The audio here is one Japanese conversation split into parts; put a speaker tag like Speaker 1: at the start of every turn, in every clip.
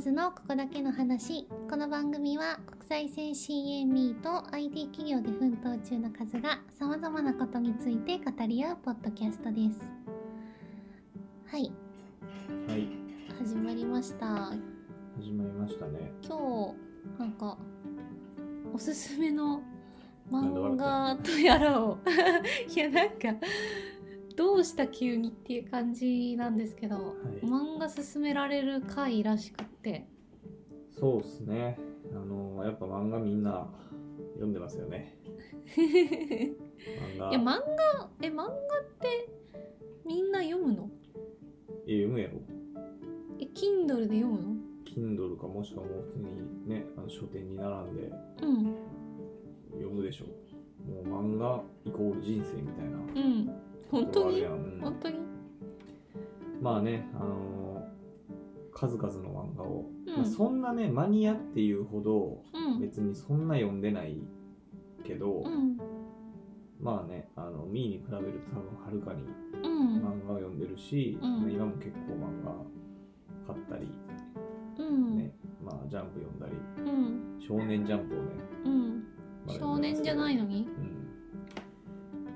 Speaker 1: スのここだけの話この番組は国際線 CME と IT 企業で奮闘中のカズがさまざまなことについて語り合うポッドキャストですはい
Speaker 2: はい、
Speaker 1: 始まりました
Speaker 2: 始まりましたね。
Speaker 1: 今日なんかおすすめの
Speaker 2: なんで
Speaker 1: 漫
Speaker 2: 笑って
Speaker 1: 画
Speaker 2: んの
Speaker 1: とやらを いやなんかどうした急にっていう感じなんですけど、漫画勧められる回らしくって
Speaker 2: そうっすね。あのーやっぱ漫画みんな読んでますよね。
Speaker 1: い
Speaker 2: 漫画。
Speaker 1: や漫画え漫画ってみんな読むの
Speaker 2: いや読むやろ。
Speaker 1: え Kindle で読むの
Speaker 2: Kindle かもしくはもう普通にね、あの書店に並んで
Speaker 1: うん
Speaker 2: 読むでしょ。もう漫画イコール人生みたいな。
Speaker 1: うん本当に
Speaker 2: ところあるやんうん
Speaker 1: 本当に
Speaker 2: まあね、あのー数々の漫画を、
Speaker 1: うん
Speaker 2: まあ、そんなねマニアっていうほど
Speaker 1: うん
Speaker 2: 別にそんな読んでないけど、
Speaker 1: うん
Speaker 2: まあねあのミーに比べると多分はるかに
Speaker 1: うん
Speaker 2: 漫画を読んでるし、
Speaker 1: うん
Speaker 2: 今も結構漫画買ったり、
Speaker 1: うん、
Speaker 2: ねまあ、ジャンプ読んだり
Speaker 1: うん
Speaker 2: 少年ジャンプをね、
Speaker 1: うん
Speaker 2: まあ
Speaker 1: 少年じゃない、のに
Speaker 2: 読んでますけど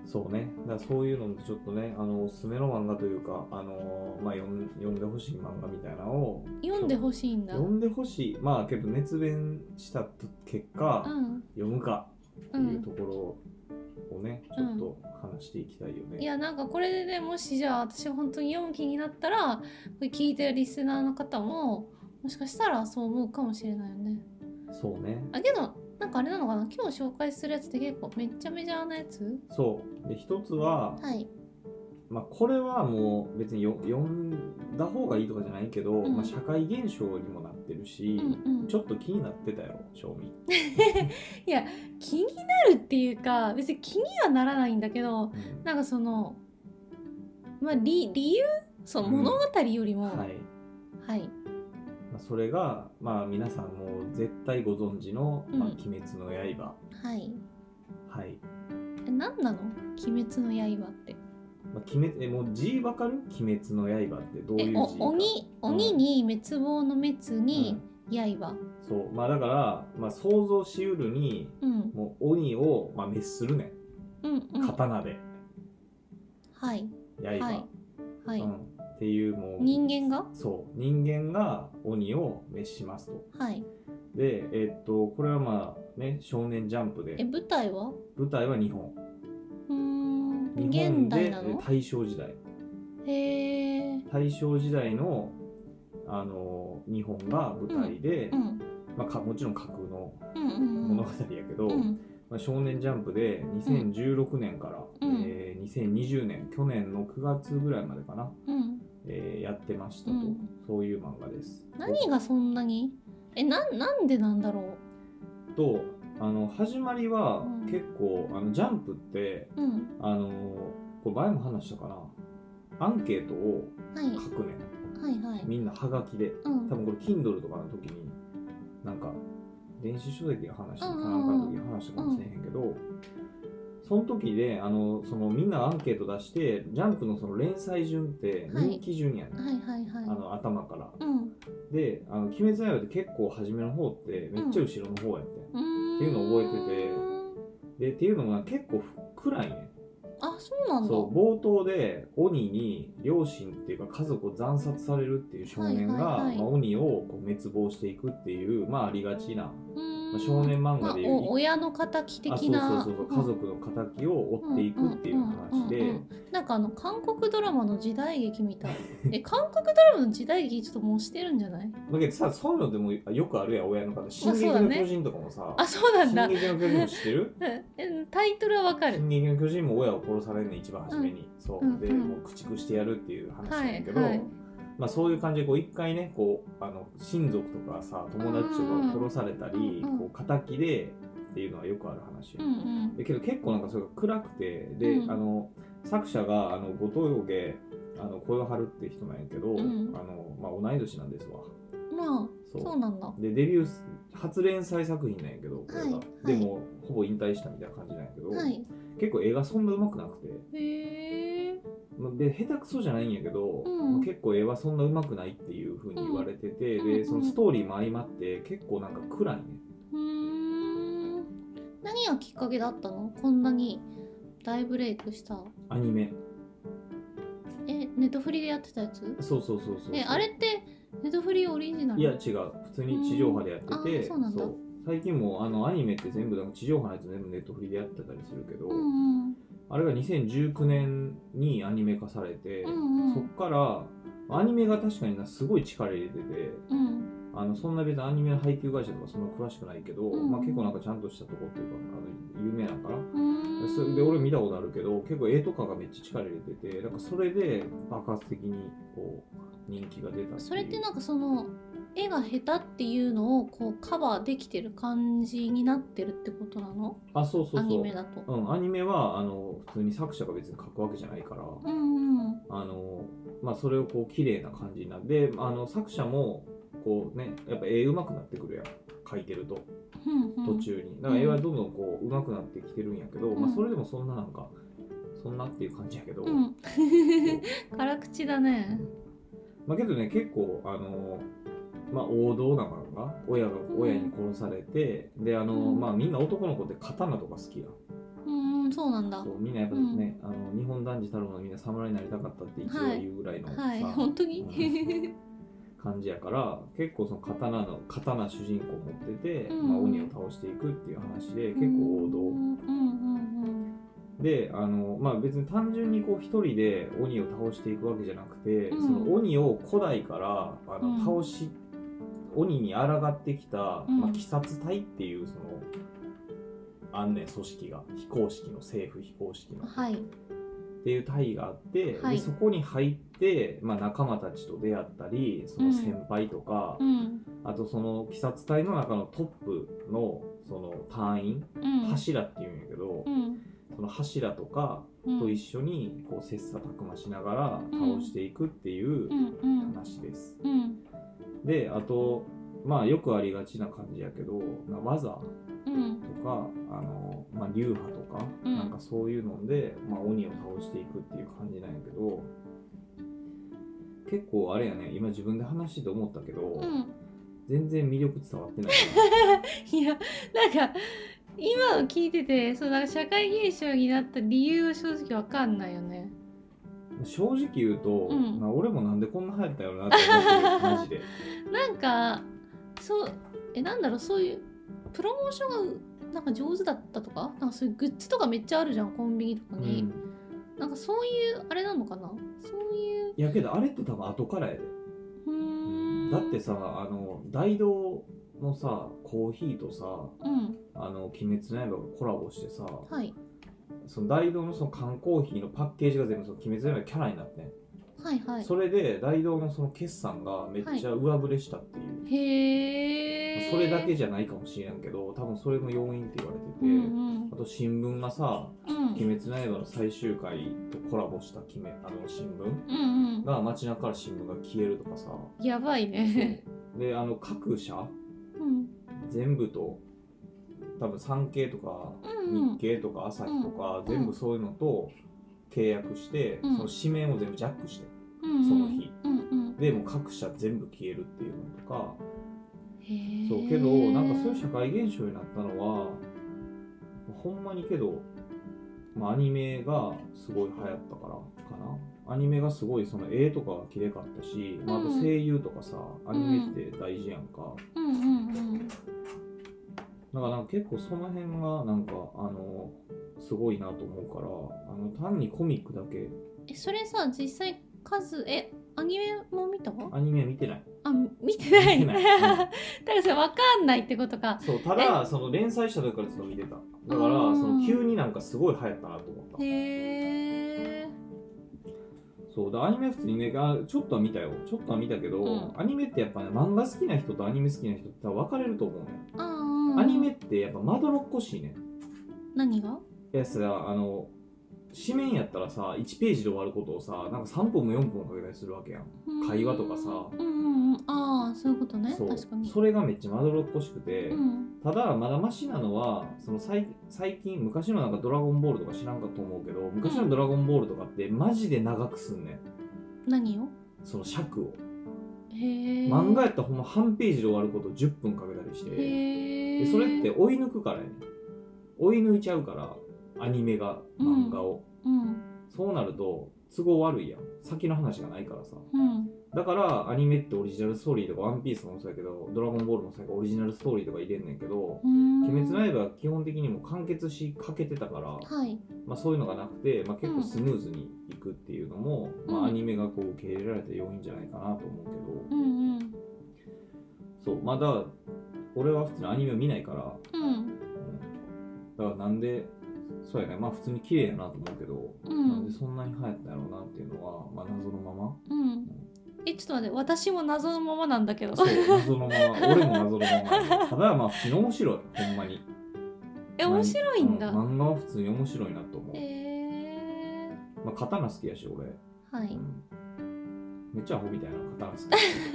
Speaker 2: うん、そうねだからそういうのもちょっとねあのおすすめの漫画というか、あのまあ、読ん読んでほしい漫画みたいなのを
Speaker 1: 読んでほしいんだ
Speaker 2: 読んでほしいまあけど熱弁した結果、
Speaker 1: うん
Speaker 2: 読むかって
Speaker 1: う
Speaker 2: いうと
Speaker 1: ん
Speaker 2: ころをねちょっと話していきたいよね、
Speaker 1: いやなんかこれでねもしじゃあ私が本当に読む気になったらこれ聞いてるリスナーの方ももしかしたらそう思うかもしれないよね
Speaker 2: そうね
Speaker 1: あけどなんかあれなのかな今日紹介するやつって結構めっちゃメジャーなやつ
Speaker 2: そうで一つは、
Speaker 1: はい
Speaker 2: まあ、これはもう別によ読んだ方がいいとかじゃないけど、
Speaker 1: ん
Speaker 2: まあ、社会現象にもなってるし、
Speaker 1: うんうん
Speaker 2: ちょっと気になってたやろ正味、
Speaker 1: 気になるっていうか別に気にはならないんだけどなんかそのまあ理理由そう
Speaker 2: うん
Speaker 1: 物語よりも、
Speaker 2: はい、
Speaker 1: はい
Speaker 2: まあ、それが、まあ、皆さんもう絶対ご存知の「まあ、
Speaker 1: うん
Speaker 2: 鬼滅の刃
Speaker 1: はい」
Speaker 2: はい、
Speaker 1: え何なの「鬼滅の刃」って
Speaker 2: まあ、鬼滅えもう字わかる「鬼滅の刃」ってどうい
Speaker 1: え
Speaker 2: う字
Speaker 1: お
Speaker 2: か
Speaker 1: 鬼鬼に滅亡の滅に刃
Speaker 2: そうまあだから、まあ、想像しうるに
Speaker 1: うん
Speaker 2: もう鬼を、まあ、滅するね
Speaker 1: うんうん
Speaker 2: 刀で
Speaker 1: はい
Speaker 2: 刃、
Speaker 1: はいはい、
Speaker 2: うん、っていうもう
Speaker 1: 人間が
Speaker 2: そう人間が鬼を召しますと
Speaker 1: はい
Speaker 2: でえっとこれはまあね少年ジャンプ
Speaker 1: え
Speaker 2: で
Speaker 1: 舞台は
Speaker 2: 舞台は日本
Speaker 1: うーん
Speaker 2: 日
Speaker 1: 現
Speaker 2: 本
Speaker 1: 代
Speaker 2: で
Speaker 1: な
Speaker 2: え
Speaker 1: の
Speaker 2: 大正時代
Speaker 1: へえ
Speaker 2: 大正時代のあの日本が舞台で、
Speaker 1: うん
Speaker 2: まあ、かもちろん架空の
Speaker 1: うんうんうん
Speaker 2: 物語やけど、
Speaker 1: うん
Speaker 2: まあ、少年ジャンプで2016年から、
Speaker 1: うん
Speaker 2: えー2020年去年の9月ぐらいまでかな、
Speaker 1: うん
Speaker 2: えーやってましたと、
Speaker 1: うん
Speaker 2: そういう漫画です
Speaker 1: 何がそんなにえなんなんでなんだろう
Speaker 2: とあの始まりは
Speaker 1: うん
Speaker 2: 結構、あのジャンプって
Speaker 1: うん
Speaker 2: あのこれ前も話したかなアンケートを
Speaker 1: はい
Speaker 2: 書くねん
Speaker 1: はいはい
Speaker 2: みんなハガキで
Speaker 1: うん
Speaker 2: 多分これ Kindle とかの時になんか電子書籍の話かなんかの時に話したかもしれへんけど、その時であのそのみんなアンケート出してジャンプのその連載順って
Speaker 1: はい
Speaker 2: 人気順やねん、
Speaker 1: はいはいはい
Speaker 2: あの頭から
Speaker 1: うん
Speaker 2: で「あの鬼滅の刃」って結構初めの方ってめっちゃ後ろの方やって、
Speaker 1: うーん
Speaker 2: っていうのを覚ん、でっていうのが結構暗いねん
Speaker 1: あそうなんだ
Speaker 2: そう冒頭で鬼に両親っていうか家族を惨殺されるっていう少年が、
Speaker 1: はいはいはい
Speaker 2: まあ、鬼をこう滅亡していくっていう、まあ、ありがちな、
Speaker 1: うーん
Speaker 2: まあ、少年
Speaker 1: ま
Speaker 2: 漫画
Speaker 1: あ
Speaker 2: でいう、
Speaker 1: お親の敵
Speaker 2: あ
Speaker 1: 的な
Speaker 2: そうそうそうそう家族の敵を追っていくっていう話
Speaker 1: うんうん
Speaker 2: で
Speaker 1: うんうんなんかあの韓国ドラマの時代劇みたい え韓国ドラマの時代劇ちょっともうしてるんじゃない
Speaker 2: だけどさそういうのでもよくあるやん親の方「進撃
Speaker 1: そうだ
Speaker 2: の
Speaker 1: ね
Speaker 2: 巨人」とかもさ「
Speaker 1: あそうなんだ
Speaker 2: 進撃の巨人」知ってる
Speaker 1: えタイトルはわかる
Speaker 2: 進撃の巨人も親を殺されるねん一番初めに、そう、
Speaker 1: うん
Speaker 2: で
Speaker 1: うん
Speaker 2: もう駆逐してやるっていう話なんやけど、
Speaker 1: はいはい
Speaker 2: まあ、そういう感じでこう一回ねこうあの親族とかさ友達とかを殺されたり、
Speaker 1: うんうん
Speaker 2: こう敵でっていうのはよくある話、
Speaker 1: うんうん
Speaker 2: だけど結構なんかそれが暗くてで、
Speaker 1: うん
Speaker 2: あの作者があの後藤洋家あの小夜春って人なんやけど、
Speaker 1: うん
Speaker 2: あのまあ、同い年なんですわ
Speaker 1: まあ
Speaker 2: そ
Speaker 1: そう
Speaker 2: う
Speaker 1: なんだ
Speaker 2: でデビューす初連載作品なんやけどこれが、
Speaker 1: はいはい
Speaker 2: でもほぼ引退したみたいな感じなんやけど、
Speaker 1: はい
Speaker 2: 結構映画そんなうまくなくて
Speaker 1: へえ
Speaker 2: で下手くそじゃないんやけど、
Speaker 1: うん
Speaker 2: まあ結構絵はそんな上手くないっていうふうに言われてて、
Speaker 1: うんうんうん
Speaker 2: でそのストーリーも相まって結構なんか暗いね
Speaker 1: うーん何がきっかけだったのこんなに大ブレイクした
Speaker 2: アニメ
Speaker 1: えネットフリでやってたやつ
Speaker 2: そうそうそうそうそう
Speaker 1: えあれってネットフリオリジナル
Speaker 2: いや違う普通に地上波でやってて、
Speaker 1: うんあーそうなんだ
Speaker 2: 最近もあのアニメって全部なんか地上波のやつ全部ネットフリでやってたりするけど、
Speaker 1: うんうん
Speaker 2: あれが2019年にアニメ化されて、
Speaker 1: うんうん
Speaker 2: そっからアニメが確かになすごい力入れてて
Speaker 1: うん
Speaker 2: あのそんな別にアニメの配給会社とかそんな詳しくないけど、
Speaker 1: うん
Speaker 2: まあ、結構なんかちゃんとしたとこっていうかあの有名だから
Speaker 1: うーん
Speaker 2: それで俺見たことあるけど結構絵とかがめっちゃ力入れててなんかそれで爆発的にこう人気が出たいう
Speaker 1: それってなんかその絵が下手っていうのをこうカバーできてる感じになってるってことなの
Speaker 2: あそうそうそう
Speaker 1: アニメだと。
Speaker 2: うん、アニメはあの普通に作者が別に描くわけじゃないから、
Speaker 1: うんうん
Speaker 2: あのまあ、それをこう綺麗な感じになってあの作者もこう、ね、やっぱ絵うまくなってくるやん描いてると
Speaker 1: うんうん
Speaker 2: 途中にだから絵はどんどんこう上手くなってきてるんやけど、
Speaker 1: ん
Speaker 2: まあ、それでもそんななんかそんなっていう感じやけど、
Speaker 1: う
Speaker 2: こ
Speaker 1: ん 辛口だね。
Speaker 2: まあ、けどね結構あの、まあ、王道なのが親が
Speaker 1: ん
Speaker 2: 親に殺されて、であの、
Speaker 1: うん
Speaker 2: まあ、みんな男の子って刀とか好きやん
Speaker 1: うんうんそうなんだ。
Speaker 2: そうみんなやっぱね、あの日本男児たるものみんな侍になりたかったって一応言うぐらいのさ、
Speaker 1: はい本当に。
Speaker 2: 感じやから結構その刀の刀主人公持ってて、
Speaker 1: うん
Speaker 2: まあ、鬼を倒していくっていう話で結構王道、
Speaker 1: うんうんうん
Speaker 2: であの、まあ、別に単純にこう一人で鬼を倒していくわけじゃなくて、
Speaker 1: うん
Speaker 2: その鬼を古代からあの
Speaker 1: うん
Speaker 2: 倒し、鬼に抗ってきた、
Speaker 1: うん
Speaker 2: まあ、鬼殺隊っていうそのあんねん組織が非公式の政府非公式
Speaker 1: う
Speaker 2: の
Speaker 1: ん。。はい。
Speaker 2: っていう隊があって、
Speaker 1: はい
Speaker 2: でそこに入って、まあ、仲間たちと出会ったりその先輩とか、
Speaker 1: うん
Speaker 2: あとその鬼殺隊の中のトップのその隊員、
Speaker 1: うん。
Speaker 2: 柱っていうんやけど、
Speaker 1: うん
Speaker 2: その柱とか
Speaker 1: うん。
Speaker 2: と一緒にこう切磋琢磨しながら
Speaker 1: うん
Speaker 2: 倒していくってい
Speaker 1: う
Speaker 2: う
Speaker 1: んうん
Speaker 2: 話です。
Speaker 1: うん
Speaker 2: であとまあよくありがちな感じやけどな技と
Speaker 1: うん
Speaker 2: かあの、まあ、流派とか、
Speaker 1: うん
Speaker 2: なんかそういうので、まあ、鬼を倒していくっていう感じなんやけど結構あれやね今自分で話してて思ったけど、
Speaker 1: うん。
Speaker 2: 全然魅力伝わってない な。
Speaker 1: いやなんか今を聞いててそうなんか社会現象になった理由は正直わかんないよね。
Speaker 2: 正直言うと、
Speaker 1: うん
Speaker 2: な俺もなんでこんな流行ったよなって思ってる マジで
Speaker 1: なんかそうえなんだろうそういうプロモーションがなんか上手だったとかなんかそういうグッズとかめっちゃあるじゃんコンビニとか
Speaker 2: う
Speaker 1: に、
Speaker 2: ん
Speaker 1: なんかそういうあれなのかなそういう
Speaker 2: いやけどあれって多分後からやで
Speaker 1: うーん
Speaker 2: だってさあの大道のさコーヒーとさ
Speaker 1: うん
Speaker 2: 「あの鬼滅の刃」がコラボしてさ
Speaker 1: はい
Speaker 2: その大道のその缶コーヒーのパッケージが全部その鬼滅の刃のキャラになってん、
Speaker 1: はいはい
Speaker 2: それで大道のその決算がめっちゃ上振れしたっていう、
Speaker 1: へえ
Speaker 2: それだけじゃないかもしれんけど多分それの要因って言われてて、
Speaker 1: うんうん
Speaker 2: あと新聞がさ
Speaker 1: うん
Speaker 2: 「鬼滅の刃」の最終回とコラボした鬼滅あの新聞
Speaker 1: うん
Speaker 2: が街中から新聞が消えるとかさ
Speaker 1: うんやばいね
Speaker 2: であの各社
Speaker 1: うん
Speaker 2: 全部と多分産経とか
Speaker 1: うんう
Speaker 2: 日
Speaker 1: ん
Speaker 2: 経とか朝日とか
Speaker 1: ん
Speaker 2: 全部そういうのと契約して
Speaker 1: うん
Speaker 2: その紙面を全部ジャックして
Speaker 1: うん
Speaker 2: その日
Speaker 1: うんうん
Speaker 2: でもう各社全部消えるっていうのとか
Speaker 1: へえ
Speaker 2: そうけどなんかそういう社会現象になったのはほんまにけど、まあ、アニメがすごい流行ったからかなアニメがすごいその絵とかが綺麗かったし、まあ、あと声優とかさアニメって大事やんか、
Speaker 1: うんうんうん
Speaker 2: だからなんか結構その辺がなんかあのすごいなと思うからあの単にコミックだけ
Speaker 1: えそれさ実際数えアニメも見た
Speaker 2: アニメ見てない
Speaker 1: あ見てない
Speaker 2: 見てないうん
Speaker 1: だからそれ分かんないってことか
Speaker 2: そうただその連載した時からずっと見てただからそ
Speaker 1: うん
Speaker 2: の急になんかすごい流行ったなと思った
Speaker 1: へえ
Speaker 2: そうだアニメは普通にねあちょっとは見たよちょっとは見たけど、
Speaker 1: うん
Speaker 2: アニメってやっぱね漫画好きな人とアニメ好きな人って分かれると思うね、
Speaker 1: ああ
Speaker 2: アニメってやっぱまどろっこしいね
Speaker 1: 何が
Speaker 2: いやさあの紙面やったらさ1ページで終わることをさなんか3本も4本かけたりするわけやん会話とかさ
Speaker 1: うんうんうんああそういうことね
Speaker 2: そう
Speaker 1: 確かに
Speaker 2: それがめっちゃまどろっこしくて、
Speaker 1: うん
Speaker 2: ただまだマシなのはその最最近昔のなんか「ドラゴンボール」とか知らんかと思うけど昔の「ドラゴンボール」とかってマジで長くすんねん
Speaker 1: 何を
Speaker 2: その尺を
Speaker 1: へえ
Speaker 2: 漫画やったらほんま半ページで終わることを10分かけたりして
Speaker 1: へえ
Speaker 2: でそれって追い抜くからやねん追い抜いちゃうからアニメが漫画を、
Speaker 1: うん
Speaker 2: そうなると都合悪いやん先の話がないからさ
Speaker 1: うん
Speaker 2: だからアニメってオリジナルストーリーとか「ワンピースもそうやけど「ドラゴンボール」もそうやけどオリジナルストーリーとか入れんねんけど
Speaker 1: う
Speaker 2: 「
Speaker 1: ん
Speaker 2: 鬼滅の刃」は基本的にもう完結しかけてたから、
Speaker 1: はい
Speaker 2: まあ、そういうのがなくて、まあ、結
Speaker 1: う
Speaker 2: 構
Speaker 1: ん
Speaker 2: スムーズにいくっていうのも、
Speaker 1: うん
Speaker 2: まあ、アニメがこう受け入れられた要因じゃないかなと思うけ
Speaker 1: う
Speaker 2: ど、
Speaker 1: んうん
Speaker 2: そうまあだから俺は普通にアニメを見ないから、
Speaker 1: うん
Speaker 2: うんだからなんでそうやねまあ普通に綺麗やなと思うけど、
Speaker 1: う
Speaker 2: なんで
Speaker 1: ん
Speaker 2: そんなに流行ったんやろうなっていうのは、まあ、謎のまま
Speaker 1: うんえちょっと待って私も謎のままなんだけど
Speaker 2: そう謎のまま俺も謎のままただまあ普通に面白いほんまに
Speaker 1: え面白いんだ、
Speaker 2: う漫画は普通に面白いなと思う、
Speaker 1: へえ
Speaker 2: まあ、刀好きやし俺、
Speaker 1: は
Speaker 2: う
Speaker 1: い
Speaker 2: んめっちゃアホみたいな刀好きやし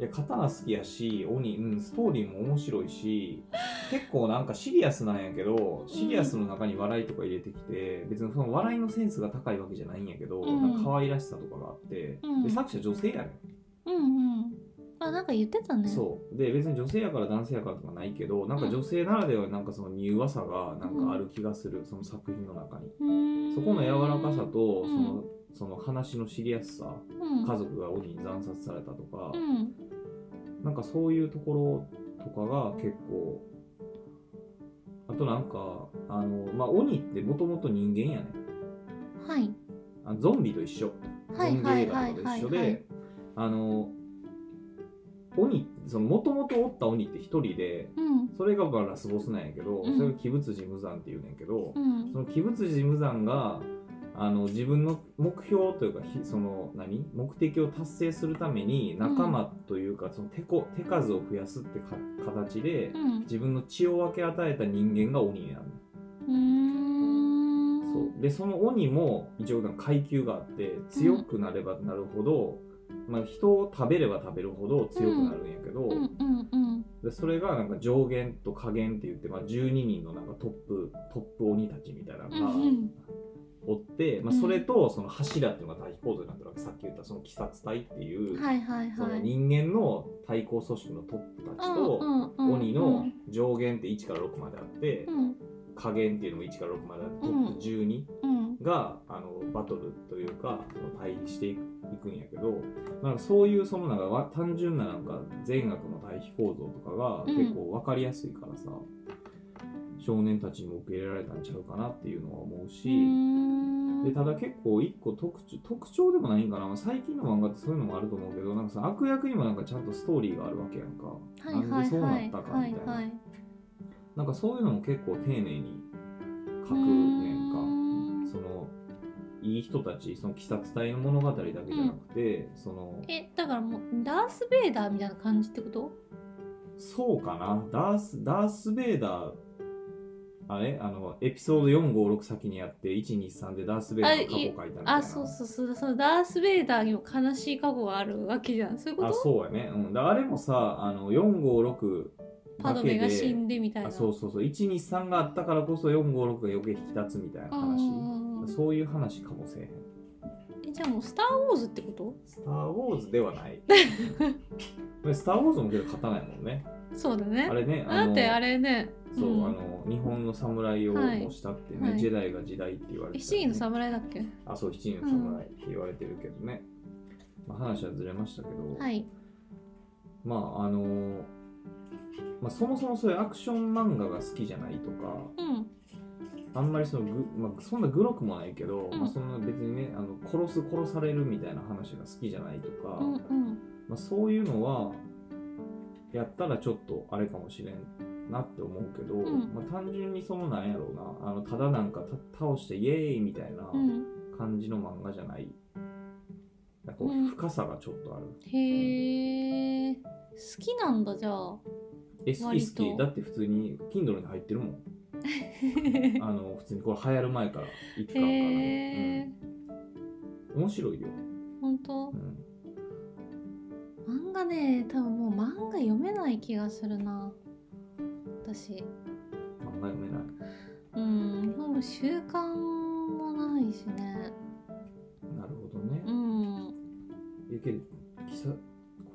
Speaker 2: いや刀好きやし鬼、うん、ストーリーも面白いし結構なんかシリアスなんやけどシリアスの中に笑いとか入れてきて、別にその笑いのセンスが高いわけじゃないんやけど、
Speaker 1: うん
Speaker 2: なんか可愛らしさとかがあって、
Speaker 1: うん
Speaker 2: で作者女性やねん
Speaker 1: うんうんあなんか言ってたね
Speaker 2: そうで別に女性やから男性やからとかないけどなんか女性ならではのなんかその柔和さがなんかある気がする、その作品の中に
Speaker 1: うーん
Speaker 2: そこの柔らかさ
Speaker 1: ん
Speaker 2: とそのその話の知りやすさ
Speaker 1: うん
Speaker 2: 家族が鬼に惨殺されたとか
Speaker 1: う、ん
Speaker 2: なんかそういうところとかが結構あとなんかあの、まあ、鬼ってもともと人間やね
Speaker 1: はい
Speaker 2: あゾンビと一緒ゾ
Speaker 1: はい
Speaker 2: ンビ
Speaker 1: は
Speaker 2: 映
Speaker 1: い
Speaker 2: 画
Speaker 1: はい
Speaker 2: とかと
Speaker 1: はい
Speaker 2: 一緒
Speaker 1: はい
Speaker 2: であの鬼そのもともとおった鬼って一人で
Speaker 1: うん
Speaker 2: それがまあラスボスなんやけど、
Speaker 1: うん
Speaker 2: それが鬼舞辻無惨っていうねんけど、
Speaker 1: うん
Speaker 2: その鬼舞辻無惨があの自分の目標というかひその何目的を達成するために仲間というか、その手こ手数を増やすってか形で
Speaker 1: うん
Speaker 2: 自分の血を分け与えた人間が鬼になる、
Speaker 1: うーん
Speaker 2: そうでその鬼も一応なんか階級があって強くなればなるほど、まあ、人を食べれば食べるほど強くなるんやけど、
Speaker 1: うんうんうん
Speaker 2: でそれがなんか上限と下限って言って、まあ、12人のなんかトップトップ鬼たちみたいな
Speaker 1: う
Speaker 2: の
Speaker 1: ん
Speaker 2: が
Speaker 1: うん
Speaker 2: おって、まあ、
Speaker 1: うん
Speaker 2: それとその柱っていうのが対比構造になってるわけさっき言ったその鬼殺隊っていう、
Speaker 1: はいはい
Speaker 2: そ
Speaker 1: は
Speaker 2: の
Speaker 1: い
Speaker 2: 人間の対抗組織のトップたち
Speaker 1: うん
Speaker 2: と、
Speaker 1: うんうん
Speaker 2: 鬼の上限って1から6まであって、
Speaker 1: うん
Speaker 2: 下限っていうのも1から6まであってト
Speaker 1: うん
Speaker 2: ップ12
Speaker 1: うん
Speaker 2: が、あのバトルというかその対比していく。んやけどなんかそういうそのなんかわ単純ななんか善悪の対比構造とかが
Speaker 1: うん
Speaker 2: 結構分かりやすいからさ、少年たちにも受け入れられたんちゃうかなっていうのは思うし、
Speaker 1: うーん
Speaker 2: でただ結構一個特徴特徴でもないんかなまあ最近の漫画ってそういうのもあると思うけどなんかさ悪役にもなんかちゃんとストーリーがあるわけやんか、
Speaker 1: はいはい
Speaker 2: なんでそうな
Speaker 1: はい
Speaker 2: ったか
Speaker 1: は
Speaker 2: み
Speaker 1: い
Speaker 2: たいな、
Speaker 1: はい
Speaker 2: なんかそういうのも結構丁寧に書く
Speaker 1: うー
Speaker 2: ねんか
Speaker 1: ん
Speaker 2: そのいい人たちその鬼殺隊の物語だけじゃなくて、その
Speaker 1: えだからもうダース・ベイダーみたいな感じってこと
Speaker 2: そうかなダースダース・ベイダーあれあのエピソード456先にやって123でダース・ベイダーの過去書いたみたいな
Speaker 1: あそうそうそうそのダース・ベイダーにも悲しい過去があるわけじゃんそういうこ
Speaker 2: あ
Speaker 1: と
Speaker 2: そうやね、うん、だあれもさあの456
Speaker 1: パドメが死んでみたいな
Speaker 2: あそうそうそう123があったからこそ456が余計引き立つみたいな話
Speaker 1: あー
Speaker 2: そういう話かもせえへん
Speaker 1: えじゃあもう「スター・ウォーズ」ってこと
Speaker 2: 「スター・ウォーズ」ではない でスター・ウォーズもけど勝たないもんね
Speaker 1: そうだね
Speaker 2: あれね
Speaker 1: だ
Speaker 2: の
Speaker 1: ってあれね
Speaker 2: そう、
Speaker 1: うん
Speaker 2: あの日本の侍を
Speaker 1: はい
Speaker 2: 模したってね、
Speaker 1: はい
Speaker 2: ジェダイが時代って言われて
Speaker 1: え
Speaker 2: た
Speaker 1: 七人の侍だっけ
Speaker 2: あそう七人の侍って言われてるけどね、まあ、話はずれましたけど、
Speaker 1: はい
Speaker 2: まああのまあ、そもそもそういうアクション漫画が好きじゃないとか、
Speaker 1: うん
Speaker 2: あんまりそのぐ、まあ、そんなグロくもないけ
Speaker 1: う
Speaker 2: ど、
Speaker 1: ん
Speaker 2: まあ、そんな別にねあの殺す殺されるみたいな話が好きじゃないとか、
Speaker 1: うんうん
Speaker 2: まあ、そういうのはやったらちょっとあれかもしれんなって思うけど、
Speaker 1: ん
Speaker 2: まあ、単純にそのなんやろうなあのただなんかた倒してイエーイみたいな
Speaker 1: うん
Speaker 2: 感じの漫画じゃない。なんかこ
Speaker 1: うん
Speaker 2: う深さがちょっとある、
Speaker 1: へえ好きなんだじゃあ
Speaker 2: え好き
Speaker 1: 割と
Speaker 2: 好きだって普通に Kindle に入ってるもんあの普通にこれ流行る前から一巻
Speaker 1: へ
Speaker 2: から
Speaker 1: え
Speaker 2: ね、うん、面白いよ、
Speaker 1: 本当
Speaker 2: うん、
Speaker 1: 漫画ね多分もう漫画読めない気がするな私
Speaker 2: 漫画読めない
Speaker 1: うんもう習慣もないしね
Speaker 2: なるほどね
Speaker 1: う、ん
Speaker 2: いやけどきさこ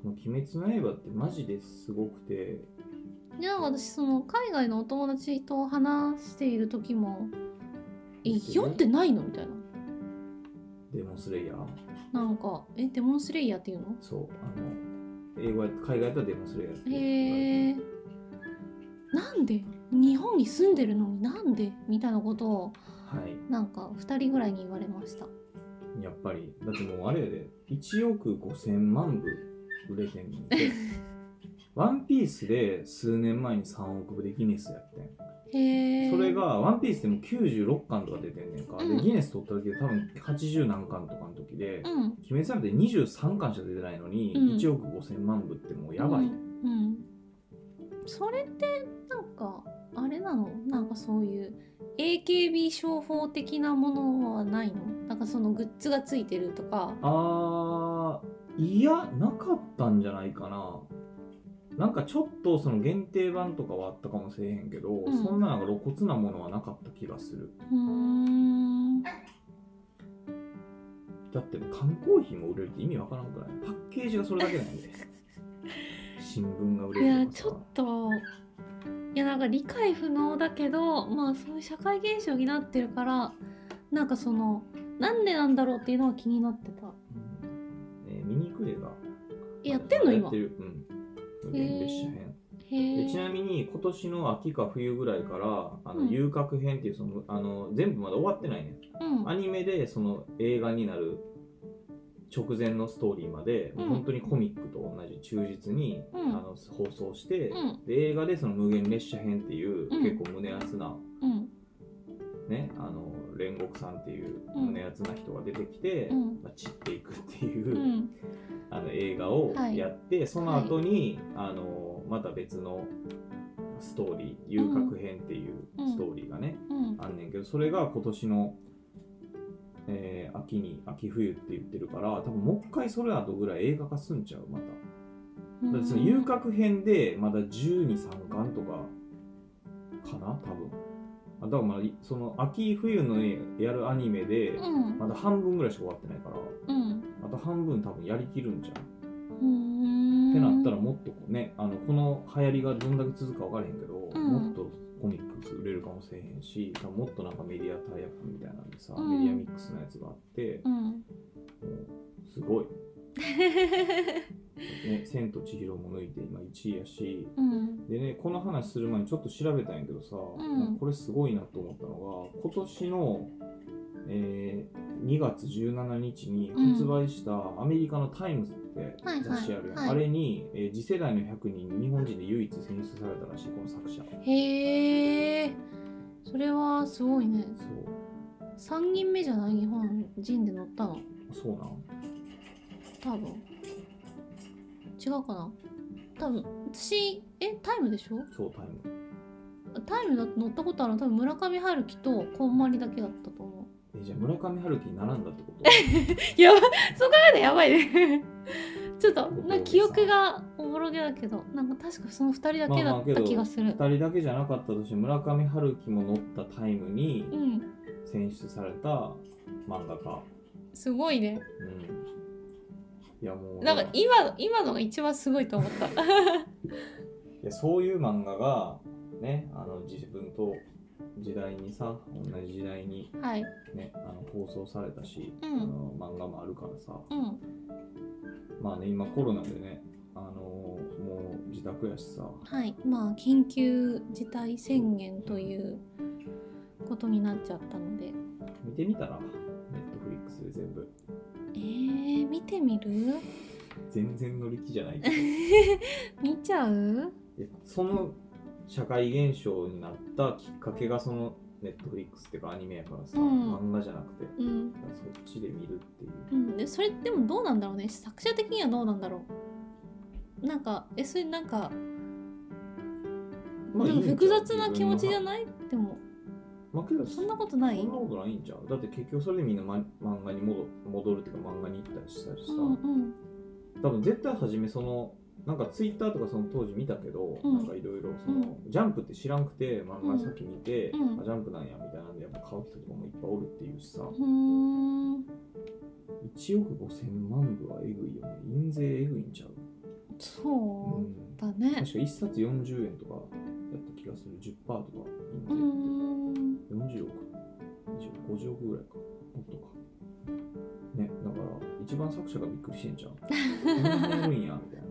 Speaker 2: の「鬼滅の刃」ってマジですごくて
Speaker 1: でなんか私その海外のお友達と話している時も「え
Speaker 2: ですよ
Speaker 1: 読
Speaker 2: ね
Speaker 1: んでないの?」みたいな
Speaker 2: デモンスレイヤー
Speaker 1: なんか「えデモンスレイヤーっていうの?
Speaker 2: そうあの英語や海外やったらデモンスレイヤーって」
Speaker 1: へえなんで日本に住んでるのになんでみたいなことを
Speaker 2: はい
Speaker 1: なんか2人ぐらいに言われました
Speaker 2: やっぱりだってもうあれやで1億5000万部売れてんの でワンピースで数年前に3億部でギネスやってん
Speaker 1: へえ
Speaker 2: それがワンピースでも96巻とか出てんねんか、
Speaker 1: うん
Speaker 2: でギネス取った時で多分80何巻とかの時で、
Speaker 1: うん
Speaker 2: 鬼滅の刃って23巻しか出てないのに、
Speaker 1: うん
Speaker 2: 1億5000万部ってもうやばい、
Speaker 1: うん、うんそれってなんかあれなのなんかそういう AKB 商法的なものはないのなんかそのグッズがついてるとか
Speaker 2: あーいやなかったんじゃないかななんかちょっとその限定版とかはあったかもしれへんけど、
Speaker 1: ん
Speaker 2: そんななんか露骨なものはなかった気がする
Speaker 1: うーん
Speaker 2: だって缶コーヒーも売れるって意味わからんくないパッケージがそれだけ なんで新聞が売
Speaker 1: い
Speaker 2: れ
Speaker 1: や
Speaker 2: るとか
Speaker 1: ち
Speaker 2: さ
Speaker 1: ょっといやなんか理解不能だけどまあそういう社会現象になってるからなんかそのなんでなんだろうっていうのは気になってた
Speaker 2: うんえー、ミニクレが
Speaker 1: えやってんの
Speaker 2: やっ
Speaker 1: 今
Speaker 2: てるうん無限列車編
Speaker 1: へ
Speaker 2: で
Speaker 1: え
Speaker 2: ちなみに今年の秋か冬ぐらいからあの、
Speaker 1: うん
Speaker 2: 遊郭編っていうそのあの全部まだ終わってないね
Speaker 1: うん
Speaker 2: アニメでその映画になる直前のストーリーまで、
Speaker 1: うん
Speaker 2: 本当にコミックと同じ忠実に、
Speaker 1: うん
Speaker 2: あの放送して、
Speaker 1: うん
Speaker 2: で映画でその無限列車編っていう、
Speaker 1: うん
Speaker 2: 結構胸熱な、
Speaker 1: うん
Speaker 2: ね、あの煉獄さんっていう
Speaker 1: うん
Speaker 2: 胸熱な人が出てきて、
Speaker 1: うん
Speaker 2: まあ、散っていくっていう、
Speaker 1: うん
Speaker 2: あの映画を
Speaker 1: はい
Speaker 2: やって、その後に、あのまた別のストーリー遊郭編っていうストーリーがね、
Speaker 1: うん
Speaker 2: あんねんけどそれが今年の、えー秋に秋冬って言ってるから多分もう一回それ後ぐらい映画化すんちゃうまただってその遊郭編でまだ123巻とかかな多分あだからまだいその秋冬のやるアニメで
Speaker 1: うん
Speaker 2: まだ半分ぐらいしか終わってないから
Speaker 1: うん
Speaker 2: あと半分多分やりきるんじゃんっ
Speaker 1: うーん
Speaker 2: てなったらもっとこうねあのこの流行りがどんだけ続くか分からへんけど、
Speaker 1: うん
Speaker 2: もっとコミックス売れるかもしれへんし多分もっとなんかメディアタイアップみたいなんでさ、
Speaker 1: うん
Speaker 2: メディアミックスのやつがあって
Speaker 1: う、ん
Speaker 2: もうすごい、ね「千と千尋」も抜いて今1位やし
Speaker 1: うん
Speaker 2: でねこの話する前にちょっと調べたんやけどさ、
Speaker 1: ん
Speaker 2: なんかこれすごいなと思ったのが今年の、えー2月17日に発売したアメリカの「タイムズって
Speaker 1: はいはい
Speaker 2: 雑誌あるやん、
Speaker 1: はい
Speaker 2: あれに、えー次世代の100人に日本人で唯一選出されたらしいこの作者そう
Speaker 1: へえそれはすごいね3人目じゃない日本人で乗ったの
Speaker 2: そうなん
Speaker 1: 多分違うかな多分私えタイムでしょ
Speaker 2: そうタイム
Speaker 1: タイムだと乗ったことあるの多分村上春樹とこんまりだけだったと思う
Speaker 2: えじゃあ村上春樹に並んだって こと
Speaker 1: やばそこまでやばいね ちょっとなんか記憶がおぼろげだけどなんか確かその2人だけだ
Speaker 2: まあまあ
Speaker 1: っ
Speaker 2: け
Speaker 1: た
Speaker 2: ど
Speaker 1: 気がする、
Speaker 2: 2人だけじゃなかったとして村上春樹も乗ったタイムに
Speaker 1: うん
Speaker 2: 選出された漫画家
Speaker 1: すごいね。
Speaker 2: うんいやもう
Speaker 1: なんか
Speaker 2: い
Speaker 1: 今今のが一番すごいと思った。
Speaker 2: やそういう漫画がねあの自分と時代にさ同じ時代に
Speaker 1: はい。
Speaker 2: ねあの放送されたし、
Speaker 1: うん
Speaker 2: あの漫画もあるからさ
Speaker 1: うん
Speaker 2: まあね今コロナでねあのもう自宅やしさ
Speaker 1: はい。まあ緊急事態宣言ということになっちゃったので、
Speaker 2: 見てみたらネットフリックスで全部
Speaker 1: えー、見てみる？
Speaker 2: 全然乗り気じゃない けど
Speaker 1: 見ちゃう？
Speaker 2: でその社会現象になったきっかけがそのネットフリックスっていうかアニメやからさ、
Speaker 1: うん
Speaker 2: 漫画じゃなくてだ
Speaker 1: うん。
Speaker 2: からそっちで見るっていう
Speaker 1: うん。でそれでもどうなんだろうね。作者的にはどうなんだろう。なんかえそれなんか。
Speaker 2: まあ
Speaker 1: でも複雑な気持ちじゃ
Speaker 2: いいん
Speaker 1: ないでも
Speaker 2: まあけど
Speaker 1: そんなことない
Speaker 2: そんなことないんちゃうだって結局それでみんな、ま、漫画に戻戻るっていうか漫画に行ったりしたりさ、
Speaker 1: うんうん
Speaker 2: 多分絶対初めそのなんかツイッターとかその当時見たけど、
Speaker 1: うん
Speaker 2: なんかいろいろその、ジャンプって知らんくて漫画先見て、
Speaker 1: うん
Speaker 2: あジャンプなんやみたいなんでやっぱ買う人とかもいっぱいおるっていうしさ、
Speaker 1: うーん
Speaker 2: 1億5000万部はえぐいよね印税えぐいんちゃう、、
Speaker 1: そううんだね
Speaker 2: 確か1冊40円とかやった気がする10%とか
Speaker 1: うー
Speaker 2: 印
Speaker 1: ん
Speaker 2: 税って40億20 50億ぐらいかもっとかねだから一番作者がびっくりして んじゃんこんなにえぐいんやみたいな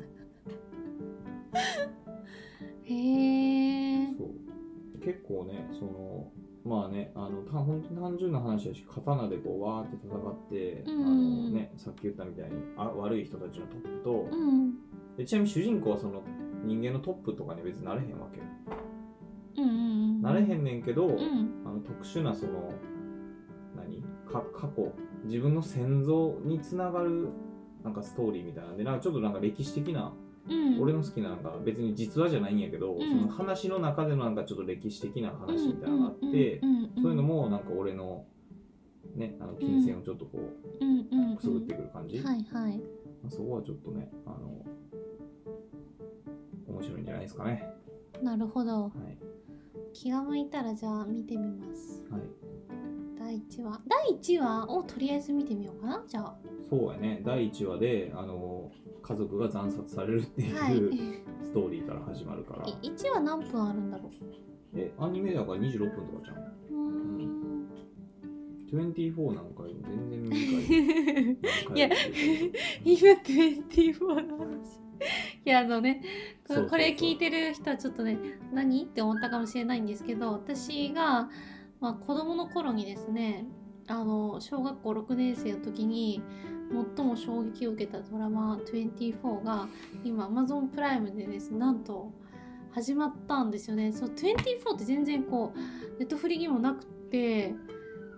Speaker 1: へえ
Speaker 2: そう結構ねそのまあねあのた本当に単純な話だし刀でこうわーって戦って、
Speaker 1: うん
Speaker 2: あのね、さっき言ったみたいにあ悪い人たちのトップと、
Speaker 1: うん
Speaker 2: でちなみに主人公はその人間のトップとかに別になれへんわけよ
Speaker 1: うんうん
Speaker 2: なれへんねんけど、
Speaker 1: うん
Speaker 2: あの特殊なその何か過去自分の先祖につながるなんかストーリーみたいなんでなんかちょっとなんか歴史的な、
Speaker 1: うん
Speaker 2: 俺の好きななんか別に実話じゃないんやけど、
Speaker 1: ん
Speaker 2: その話の中でのなんかちょっと歴史的な話みたいなのがあって、
Speaker 1: うんんん
Speaker 2: そういうのもなんか俺のねあの金銭をちょっとこ
Speaker 1: う
Speaker 2: う
Speaker 1: んうんうん
Speaker 2: くすぐってくる感じ、
Speaker 1: はいはい
Speaker 2: まあそこはちょっとねあの面白いんじゃないですかね
Speaker 1: なるほど
Speaker 2: はい
Speaker 1: 気が向いたらじゃあ見てみます
Speaker 2: はい
Speaker 1: 第1話第1話をとりあえず見てみようかなじゃ あ
Speaker 2: そうやね第1話であの家族が惨殺されるっていう、
Speaker 1: はい
Speaker 2: ストーリーから始まるから
Speaker 1: 1話何分あるんだろう
Speaker 2: えアニメだから26分とかじゃん
Speaker 1: う ーん
Speaker 2: 24なんかよりも全然短い
Speaker 1: いや
Speaker 2: 何回も 言うけ
Speaker 1: 今24の話いやあのねこ
Speaker 2: そうそうそう
Speaker 1: これ聞いてる人はちょっとね何って思ったかもしれないんですけど私が、まあ、子供の頃にですねあの小学校6年生の時に最も衝撃を受けたドラマ「24」が今 Amazon プライムでですねなんと始まったんですよね。そう24って全然こうネットフリにもなくて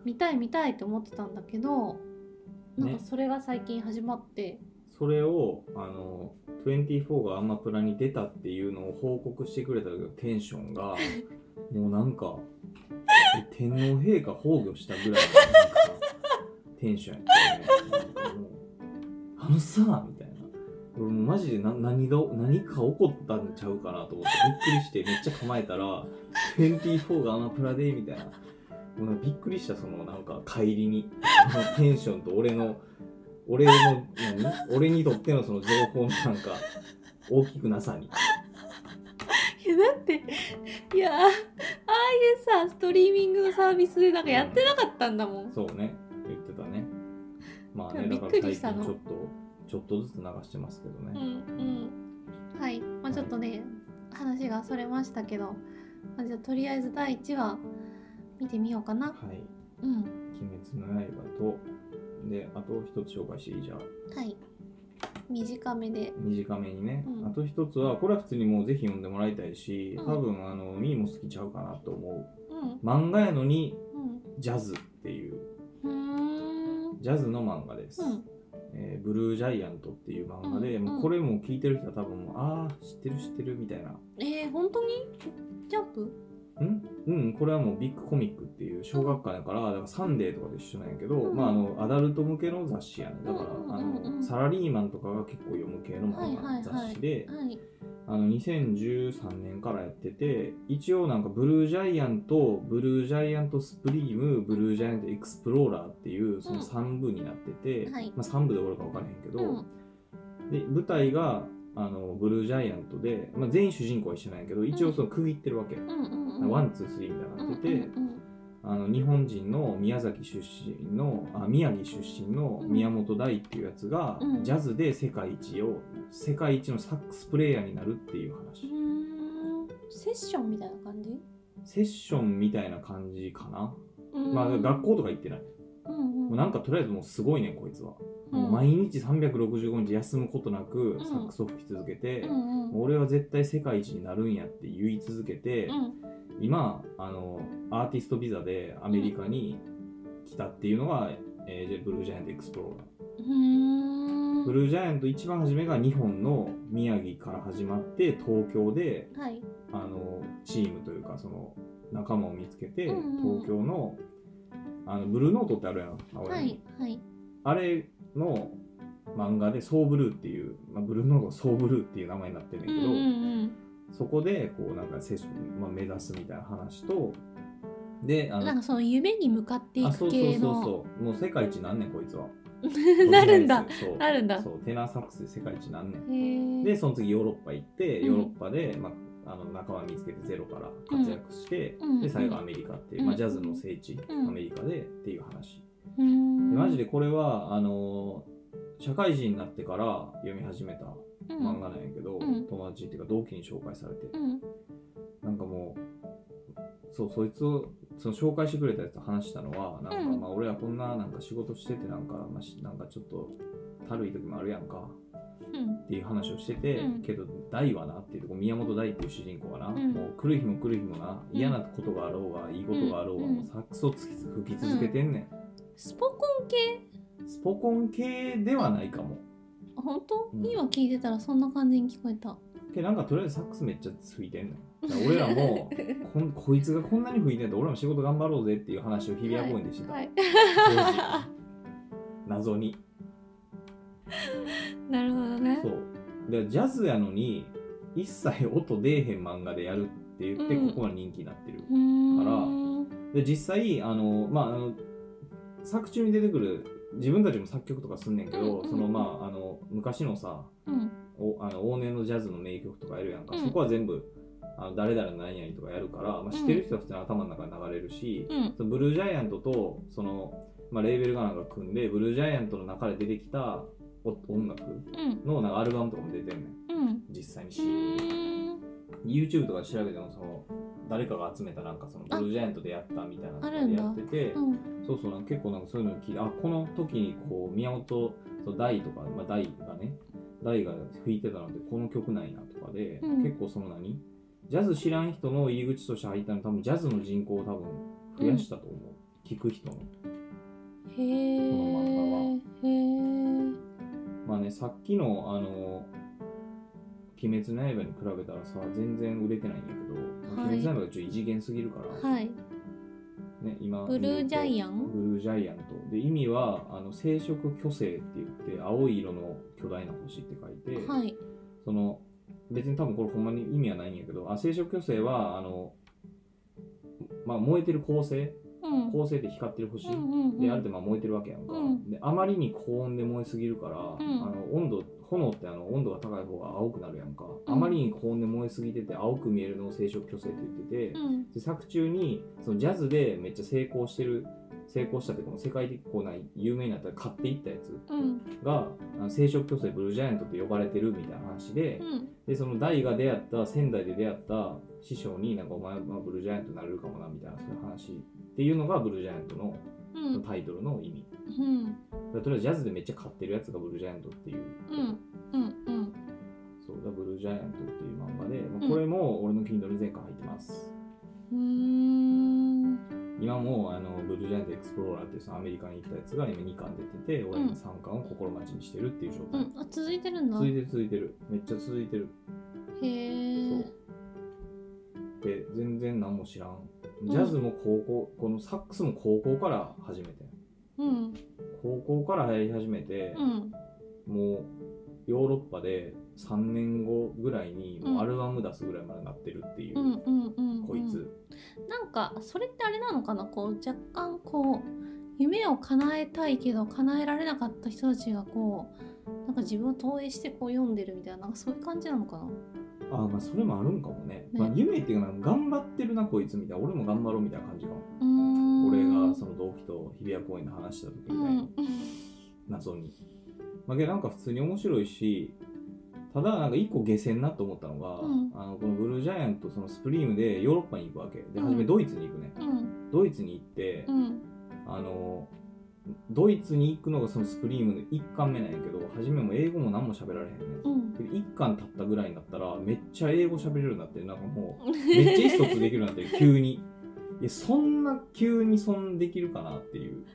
Speaker 1: 見たい見たいって思ってたんだけどなんか
Speaker 2: ね
Speaker 1: それが最近始まって、
Speaker 2: どそれをあの24がアマプラに出たっていうのを報告してくれた時のテンションがもうなんかえ天皇陛下崩御したぐらいのなんかテンションやったよねなんかもうあのさみたいな俺もうマジでな何が何か起こったんちゃうかなと思ってびっくりしてめっちゃ構えたら24がアマプラでみたいなもうなんかびっくりしたそのなんか帰りにそのテンションと俺の俺の何俺にとってのその情報のなんか大きくなさに
Speaker 1: いやだっていやあああいうさストリーミングのサービスでなんかやってなかったんだもん、
Speaker 2: そうね言ってたねまあね
Speaker 1: で
Speaker 2: だ
Speaker 1: も
Speaker 2: から
Speaker 1: びっ
Speaker 2: 最
Speaker 1: くり
Speaker 2: 近
Speaker 1: し
Speaker 2: ち
Speaker 1: たの
Speaker 2: ょっとちょっとずつ流してますけど
Speaker 1: うん
Speaker 2: ね、
Speaker 1: うんはいまあちょっとね話がそれましたけど、まあ、じゃあとりあえず第1話見てみようかな
Speaker 2: はい
Speaker 1: うん
Speaker 2: 「鬼滅の刃と」であと一つ紹介していいじゃん
Speaker 1: はい短めで
Speaker 2: 短めにね、
Speaker 1: うん
Speaker 2: あと一つはこれは普通にもうぜひ読んでもらいたいし、
Speaker 1: うん
Speaker 2: 多分あのミーも好きちゃうかなと思
Speaker 1: うん
Speaker 2: う漫画やのに
Speaker 1: うん
Speaker 2: ジャズっていう
Speaker 1: うーん
Speaker 2: ジャズの漫画です、
Speaker 1: うん
Speaker 2: えーブルージャイアントっていう漫画で、
Speaker 1: うん
Speaker 2: もうこれも聞いてる人は多分もうああ知ってる知ってるみたいな
Speaker 1: えー、本当にジャンプ
Speaker 2: んうんこれはもうビッグコミックっていう小学館やからだからサンデーとかで一緒なんやけど、
Speaker 1: うん
Speaker 2: まああのアダルト向けの雑誌やねだから、
Speaker 1: うん
Speaker 2: あ
Speaker 1: うんうんう
Speaker 2: の
Speaker 1: ん
Speaker 2: サラリーマンとかが結構読む系の漫
Speaker 1: はいはいは
Speaker 2: 画
Speaker 1: い
Speaker 2: 雑誌で、
Speaker 1: はい
Speaker 2: あの2013年からやってて一応なんかブルージャイアントブルージャイアントスプリームブルージャイアントエクスプローラーっていうその3部になってて、
Speaker 1: うんはい
Speaker 2: まあ、3部で終わるか分からへんけど、
Speaker 1: うん
Speaker 2: で舞台があのブルージャイアントで、まあ、全員主人公は一緒なんやけど一応その区切ってるわけ、
Speaker 1: うんうんうん
Speaker 2: ワンツースリーみたいになってて、
Speaker 1: うんうん
Speaker 2: あの日本人の宮崎出身のあ宮城出身の宮本大っていうやつが、
Speaker 1: うん
Speaker 2: ジャズで世界一を世界一のサックスプレイヤーになるっていう話。
Speaker 1: うんうーんセッションみたいな感じ
Speaker 2: セッションみたいな感じかな、
Speaker 1: うん
Speaker 2: まあ学校とか行ってない、
Speaker 1: うん
Speaker 2: もう
Speaker 1: うん
Speaker 2: なんかとりあえずもうすごいねこいつは、
Speaker 1: うん
Speaker 2: もう毎日365日休むことなく
Speaker 1: ん
Speaker 2: サックスを吹き続けて、
Speaker 1: うんうん
Speaker 2: 俺は絶対世界一になるんやって言い続けて、
Speaker 1: うん
Speaker 2: 今あのアーティストビザでアメリカに来たっていうのが、えーブルージャイアントエクスプローラー、
Speaker 1: うーん
Speaker 2: ブルージャイアント一番初めが日本の宮城から始まって東京で
Speaker 1: はい
Speaker 2: あのチームというかその仲間を見つけて、
Speaker 1: うんうん
Speaker 2: 東京のあのブルーノートってあるやん青山に
Speaker 1: はいはい
Speaker 2: あれの漫画で「ソーブルー」っていう、まあ、ブルーノートがソーブルーっていう名前になってるん
Speaker 1: う
Speaker 2: だ
Speaker 1: ん
Speaker 2: け
Speaker 1: う
Speaker 2: ど、
Speaker 1: ん
Speaker 2: そこでこうなんか接種、まあ、目指すみたいな話とであ
Speaker 1: うん
Speaker 2: の
Speaker 1: なんかその夢に向かってい
Speaker 2: あそ
Speaker 1: く
Speaker 2: うそう
Speaker 1: 系
Speaker 2: そう
Speaker 1: の
Speaker 2: そうもう世界一なんねんこいつは
Speaker 1: なるんだ
Speaker 2: こいつそう
Speaker 1: なるんだ
Speaker 2: そうテナーサックスで世界一なんねん
Speaker 1: へー
Speaker 2: でその次ヨーロッパ行って
Speaker 1: うん
Speaker 2: ヨーロッパで、まあ、あの仲間見つけてゼロから活躍して、
Speaker 1: うん
Speaker 2: で最後アメリカっていう、
Speaker 1: うん
Speaker 2: まあ、ジャズの聖地、
Speaker 1: うん
Speaker 2: アメリカでっていう話、
Speaker 1: うーん
Speaker 2: でマジでこれはあの社会人になってから読み始めた漫画なんやけど、
Speaker 1: うん
Speaker 2: 友達っていうか同期に紹介されて、
Speaker 1: うんうん
Speaker 2: なんかもうそうそいつをその紹介してくれたやつと話したのはなんか、
Speaker 1: うん
Speaker 2: まあ俺はこんななんか仕事しててなんか、まあ、しなんかちょっとたるい時もあるやんか
Speaker 1: うん
Speaker 2: っていう話をしてて、
Speaker 1: うん
Speaker 2: けど大はなっていうとこ宮本大っていう主人公はな、
Speaker 1: ん
Speaker 2: もう来る日も来る日もな
Speaker 1: うん
Speaker 2: 嫌なことがあろうがいいことがあろうが、
Speaker 1: うん
Speaker 2: もうサックスをつき吹き続けてんねん、
Speaker 1: スポコン系
Speaker 2: スポコン系ではないかも
Speaker 1: 本当、
Speaker 2: うん
Speaker 1: 今聞いてたらそんな感じに聞こえた
Speaker 2: けどなんかとりあえずサックスめっちゃ吹いてんねんだから俺ら もこんこいつがこんなに吹いてんだ俺らも仕事頑張ろうぜっていう話を日比谷公園でしてた、
Speaker 1: はい、
Speaker 2: 当時 謎に
Speaker 1: なるほどね
Speaker 2: そうでジャズやのに一切音出えへん漫画でやるって言って
Speaker 1: うん
Speaker 2: ここまで人気になってる、
Speaker 1: うーん
Speaker 2: からで実際あの、まあ、あの作中に出てくる自分たちも作曲とかすんねんけど、
Speaker 1: うんうん
Speaker 2: そのまああの昔のさ
Speaker 1: うん
Speaker 2: おあの往年のジャズの名曲とかやるやんか、
Speaker 1: うん
Speaker 2: そこは全部あの誰々の何々とかやるから、まあ、知ってる人は普通に頭の中に流れるし、
Speaker 1: うん
Speaker 2: そのブルージャイアントとその、まあ、レーベルがなんか組んでブルージャイアントの中で出てきたお音楽
Speaker 1: うん
Speaker 2: のなんかアルバムとかも出てんねん
Speaker 1: うん
Speaker 2: 実際に
Speaker 1: う
Speaker 2: CD で
Speaker 1: ーん
Speaker 2: YouTube とかで調べてもその誰かが集めたなんかそのブルージャイアントでやったみたいなのとか
Speaker 1: あるん
Speaker 2: で
Speaker 1: だ
Speaker 2: やってて
Speaker 1: うん
Speaker 2: そうそうなんか結構なんかそういうのを聞いてあこの時にこう宮本その大とか、まあ、大がね大が吹いてたのでこの曲なんやとかで、
Speaker 1: うん
Speaker 2: 結構その何ジャズ知らん人の入り口として入ったの多分ジャズの人口を多分増やしたと思う、聞く人の。
Speaker 1: へえ
Speaker 2: この漫
Speaker 1: へえ
Speaker 2: まあね、さっきの、あの、鬼滅の刃に比べたらさ、全然売れてないんやけど、
Speaker 1: はい
Speaker 2: 鬼滅の刃がちょっと異次元すぎるから、
Speaker 1: はい
Speaker 2: ね、今、
Speaker 1: ブルージャイ
Speaker 2: ン
Speaker 1: ア
Speaker 2: ト。
Speaker 1: ン
Speaker 2: ブルージャイアント。で、意味は、あの生殖巨星って言って、青い色の巨大な星って書いて、
Speaker 1: はい
Speaker 2: その、別に多分これほんまに意味はないんやけど、あ生殖巨星は、あの、まあ、燃えてる恒星、
Speaker 1: うん
Speaker 2: 恒星って光ってる星、
Speaker 1: うんうん
Speaker 2: である程度まあ燃えてるわけやんか、
Speaker 1: うん
Speaker 2: であまりに高温で燃えすぎるから、
Speaker 1: ん
Speaker 2: あの温度炎ってあの温度が高い方が青くなるやんか、あまりに高温で燃えすぎてて青く見えるのを生殖巨星って言ってて、
Speaker 1: うん
Speaker 2: で作中にそのジャズでめっちゃ成功してる成功したっていうかもう世界的こうない有名になったら買っていったやつ
Speaker 1: うん
Speaker 2: があの生殖巨星ブルージャイアントって呼ばれてるみたいな話で,、
Speaker 1: うん
Speaker 2: でその大が出会った仙台で出会った師匠になんかお前はブルージャイアントになれるかもなみたいなそういう話っていうのがブルージャイアントの
Speaker 1: うん
Speaker 2: タイトルの意味
Speaker 1: うん
Speaker 2: だからとりあえずジャズでめっちゃ買ってるやつがブルージャイアントっていう、
Speaker 1: うんうんうん
Speaker 2: そうだブルージャイアントっていう漫画で、ま
Speaker 1: うん
Speaker 2: あ、これも俺の Kindle に全巻入ってます、
Speaker 1: うーん
Speaker 2: 今もあのブルージャイアントエクスプローラーっていうそのアメリカに行ったやつが今2巻出てて俺の3巻を心待ちにしてるっていう状
Speaker 1: う
Speaker 2: 態、
Speaker 1: んあ続いてるんだ
Speaker 2: 続いてる続いてるめっちゃ続いてる
Speaker 1: へえ
Speaker 2: で全然何も知らんジャズも高校、このサックスも高校から始めてん
Speaker 1: うん
Speaker 2: 高校からやり始めて、
Speaker 1: うん
Speaker 2: もうヨーロッパで3年後ぐらいに
Speaker 1: うん
Speaker 2: もうアルバム出すぐらいまでなってるっていう、
Speaker 1: うんうんうん
Speaker 2: こいつ
Speaker 1: なんかそれってあれなのかなこう若干こう夢を叶えたいけど叶えられなかった人たちがこうなんか自分を投影してこう読んでるみたいななんかそういう感じなのかな
Speaker 2: ああまあそれもあるんかもね、
Speaker 1: ね
Speaker 2: まあ、夢っていうかなんか頑張ってるなこいつみたいな俺も頑張ろうみたいな感じかも、
Speaker 1: うーん
Speaker 2: 俺がその同期と日比谷公園で話した時みた
Speaker 1: う
Speaker 2: い
Speaker 1: ん
Speaker 2: に謎に、まあ、けどなんか普通に面白いしただなんか一個下船なと思ったのが、
Speaker 1: うん
Speaker 2: あのこのブルージャイアントそのスプリームでヨーロッパに行くわけで初
Speaker 1: う
Speaker 2: め
Speaker 1: ん
Speaker 2: ドイツに行くね、
Speaker 1: うん
Speaker 2: ドイツに行って、
Speaker 1: うん
Speaker 2: あのドイツに行くのがそのスプリームの1巻目なんやけど初めも英語も何も喋られへんねん
Speaker 1: うん
Speaker 2: けど1巻経ったぐらいになったらめっちゃ英語喋れるようになってなんかもうめっちゃ意思疎通できるようになってる急にいやそんな急にそんできるかなっていう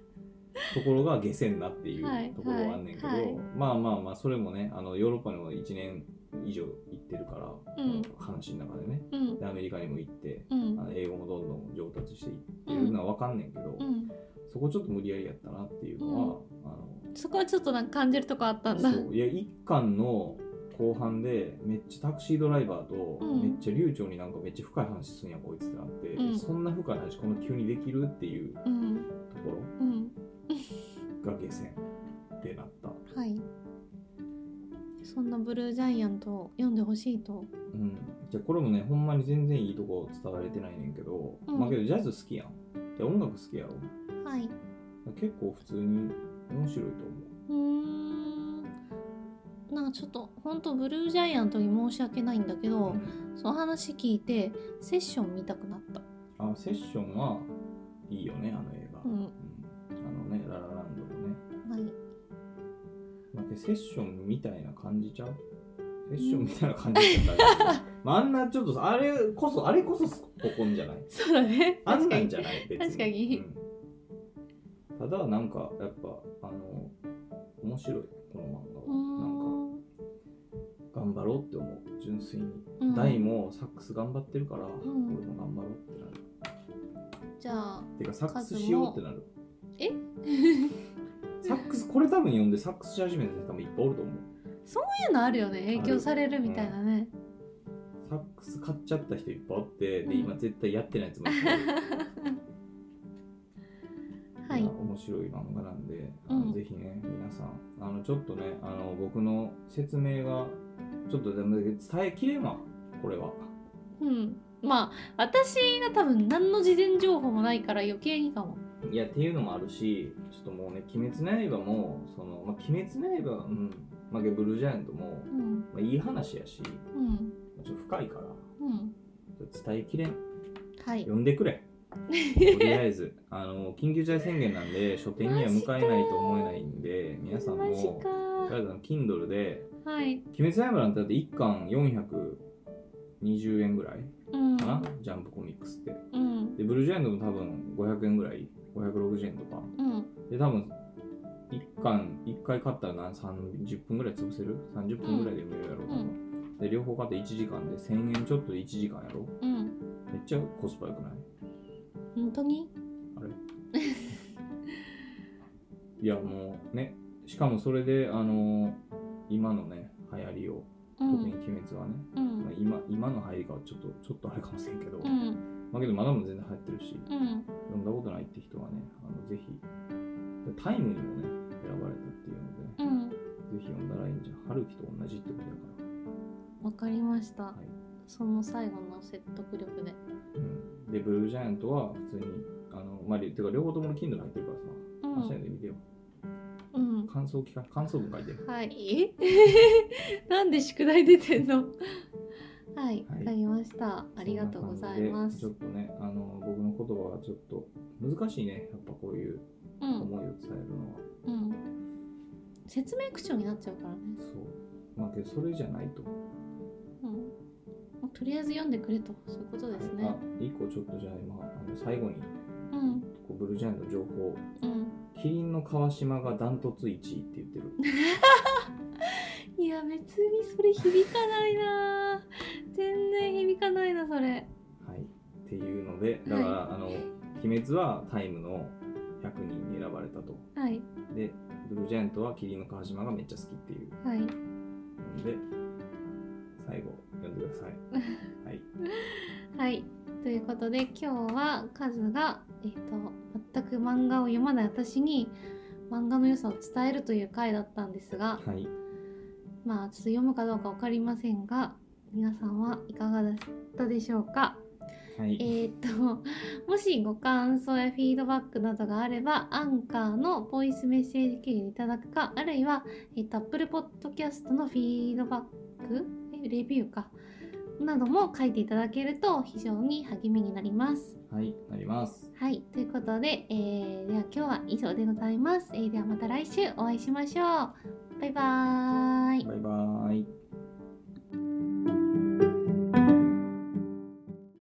Speaker 2: ところが下船なってい
Speaker 1: はいう
Speaker 2: ところはあんねんけど、
Speaker 1: はいはい
Speaker 2: まあまあまあそれもねあのヨーロッパにも1年以上行っってるから、
Speaker 1: うん
Speaker 2: 話の中でね
Speaker 1: うん
Speaker 2: でアメリカにも行って
Speaker 1: うん
Speaker 2: あの英語もどんどん上達していってるのは分かんねんけど、
Speaker 1: うん
Speaker 2: そこちょっと無理やりやったなっていうのは、
Speaker 1: そこはちょっとなんか感じるとこあった
Speaker 2: あ
Speaker 1: んだ
Speaker 2: のそういや一巻の後半でめっちゃタクシードライバーと
Speaker 1: うん
Speaker 2: めっちゃ流暢になんかめっちゃ深い話すんやこいつってなって、
Speaker 1: うん
Speaker 2: そんな深い話この急にできるっていうと
Speaker 1: うん
Speaker 2: こ
Speaker 1: うん
Speaker 2: ろが下船ってなった、
Speaker 1: はいそんなブルージャイアントを読んでほしいと
Speaker 2: うん、じゃあこれもねほんまに全然いいとこ伝われてないねんけど、
Speaker 1: うん
Speaker 2: まあけどジャズ好きやんで音楽好きやろ
Speaker 1: はい
Speaker 2: 結構普通に面白いと思う
Speaker 1: うーんなんかちょっとほんとブルージャイアントに申し訳ないんだけど、その話聞いてセッション見たくなった
Speaker 2: あセッションはいいよねあの映画、
Speaker 1: うん
Speaker 2: うんあのねララランドのね
Speaker 1: はい
Speaker 2: なんかセッションみたいな感じちゃうセッションみたいな感じち ゃう、まあ、あんなちょっとあれこそあれこそここんじゃない
Speaker 1: そうだね
Speaker 2: あん
Speaker 1: 確か
Speaker 2: なん
Speaker 1: に
Speaker 2: じゃない別
Speaker 1: 確かに
Speaker 2: うんただなんかやっぱあの面白いこの
Speaker 1: うー
Speaker 2: 漫画はなんか
Speaker 1: ん
Speaker 2: 頑張ろうって思う純粋に、
Speaker 1: うん
Speaker 2: 大もサックス頑張ってるから、
Speaker 1: ん
Speaker 2: 俺も頑張ろうってなる
Speaker 1: じゃあ
Speaker 2: てかサックスしようってなる
Speaker 1: え
Speaker 2: サックスこれ多分読んでサックスし始めた人多分いっぱいおると思う
Speaker 1: そういうのあるよね影響されるみたいなね、
Speaker 2: サックス買っちゃった人いっぱいおって、
Speaker 1: うん
Speaker 2: で今絶対やってないやつもいっぱいいる
Speaker 1: はい
Speaker 2: まあ面白い漫画なんで、あ
Speaker 1: うん
Speaker 2: のぜひね皆さんあのちょっとねあの僕の説明がちょっとでも伝えきれんわこれは
Speaker 1: うんまあ私が多分何の事前情報もないから余計にかも
Speaker 2: いやっていうのもあるしちょっともうね「鬼滅の刃も」その、まあ、鬼滅の刃」うんまあ、ブルージャイアントも、
Speaker 1: うん
Speaker 2: まあ、いい話やしち
Speaker 1: うん
Speaker 2: ょっと深いから
Speaker 1: うん
Speaker 2: 伝えきれん
Speaker 1: はい
Speaker 2: 呼んで くれとりあえずあの緊急事態宣言なんで書店には向かえないと思えないんで皆さん
Speaker 1: マジ
Speaker 2: も
Speaker 1: か
Speaker 2: とりあえずあの Kindle で
Speaker 1: はい
Speaker 2: 「鬼滅の刃」なんてだって1巻420円ぐらい
Speaker 1: うん
Speaker 2: かな、ジャンプコミックスって
Speaker 1: うん
Speaker 2: でブルージャイアントも多分500円ぐらい560円とか
Speaker 1: うん
Speaker 2: で多分1巻1回買ったら何30分ぐらい潰せる30分ぐらいで読めるやろう多分、で両方買って1時間で1000円ちょっとで1時間やろ
Speaker 1: うん
Speaker 2: めっちゃコスパ良くない
Speaker 1: 本当に
Speaker 2: いやもうねしかもそれであのー今のね流行りを
Speaker 1: う
Speaker 2: 特に
Speaker 1: ん
Speaker 2: 「鬼滅」はね、
Speaker 1: う
Speaker 2: まあ
Speaker 1: ん
Speaker 2: 今今の流行りかはちょっとちょっとあれかもしれんけど、
Speaker 1: うん
Speaker 2: まあけどまだも全然流行ってるし
Speaker 1: うん
Speaker 2: 読んだことないって人はねあのぜひでタイムにもね選ばれたっていうので、ね
Speaker 1: うん
Speaker 2: ぜひ読んだらいいんじゃん春樹と同じってことだから
Speaker 1: わかりました、
Speaker 2: い
Speaker 1: その最後の説得力で
Speaker 2: うんでブルージャイアントは普通にあのまありてか両方とも Kindle に入ってるからさ
Speaker 1: う
Speaker 2: 明日
Speaker 1: ん
Speaker 2: で見てよ
Speaker 1: うん
Speaker 2: 感想聞か感想文書いてる
Speaker 1: はいえ なんで宿題出てんのはいわ
Speaker 2: はい
Speaker 1: かりましたありがとうございま
Speaker 2: そ
Speaker 1: す
Speaker 2: んな感じでちょっとねあの僕の言葉はちょっと難しいねやっぱこういう
Speaker 1: うん
Speaker 2: 思いを伝えるのは、
Speaker 1: うん説明口調になっちゃうからね
Speaker 2: そうまあけどそれじゃないと
Speaker 1: うんとりあえず読んでくれとそういうことですね
Speaker 2: あ一個ちょっとじゃあ今あの最後に
Speaker 1: うん
Speaker 2: こうブルージャイアントの情報
Speaker 1: うん
Speaker 2: キリンの川島がダントツ1位って言ってる
Speaker 1: いや別にそれ響かないな全然響かないなそれ
Speaker 2: はいっていうのでだから、
Speaker 1: は
Speaker 2: あの「鬼滅」はタイムの100人に選ばれたと
Speaker 1: はい
Speaker 2: でブルージャイアントはキリンの川島がめっちゃ好きっていう
Speaker 1: はい
Speaker 2: ので最後読んでくだ さいはい
Speaker 1: はい。ということで今日はカズが、えっと全く漫画を読まない私に漫画の良さを伝えるという回だったんですが
Speaker 2: はい
Speaker 1: まあちょっと読むかどうか分かりませんが皆さんはいかがだったでしょうか
Speaker 2: はい
Speaker 1: えーっと もしご感想やフィードバックなどがあればアンカーのボイスメッセージ記入いただくかあるいは、えーっと Apple Podcast のフィードバックえレビューかなども書いていただけると非常に励みになります。
Speaker 2: はい、なります。
Speaker 1: はいということで、えーでは今日は以上でございます。えーではまた来週お会いしましょう。バイバーイ。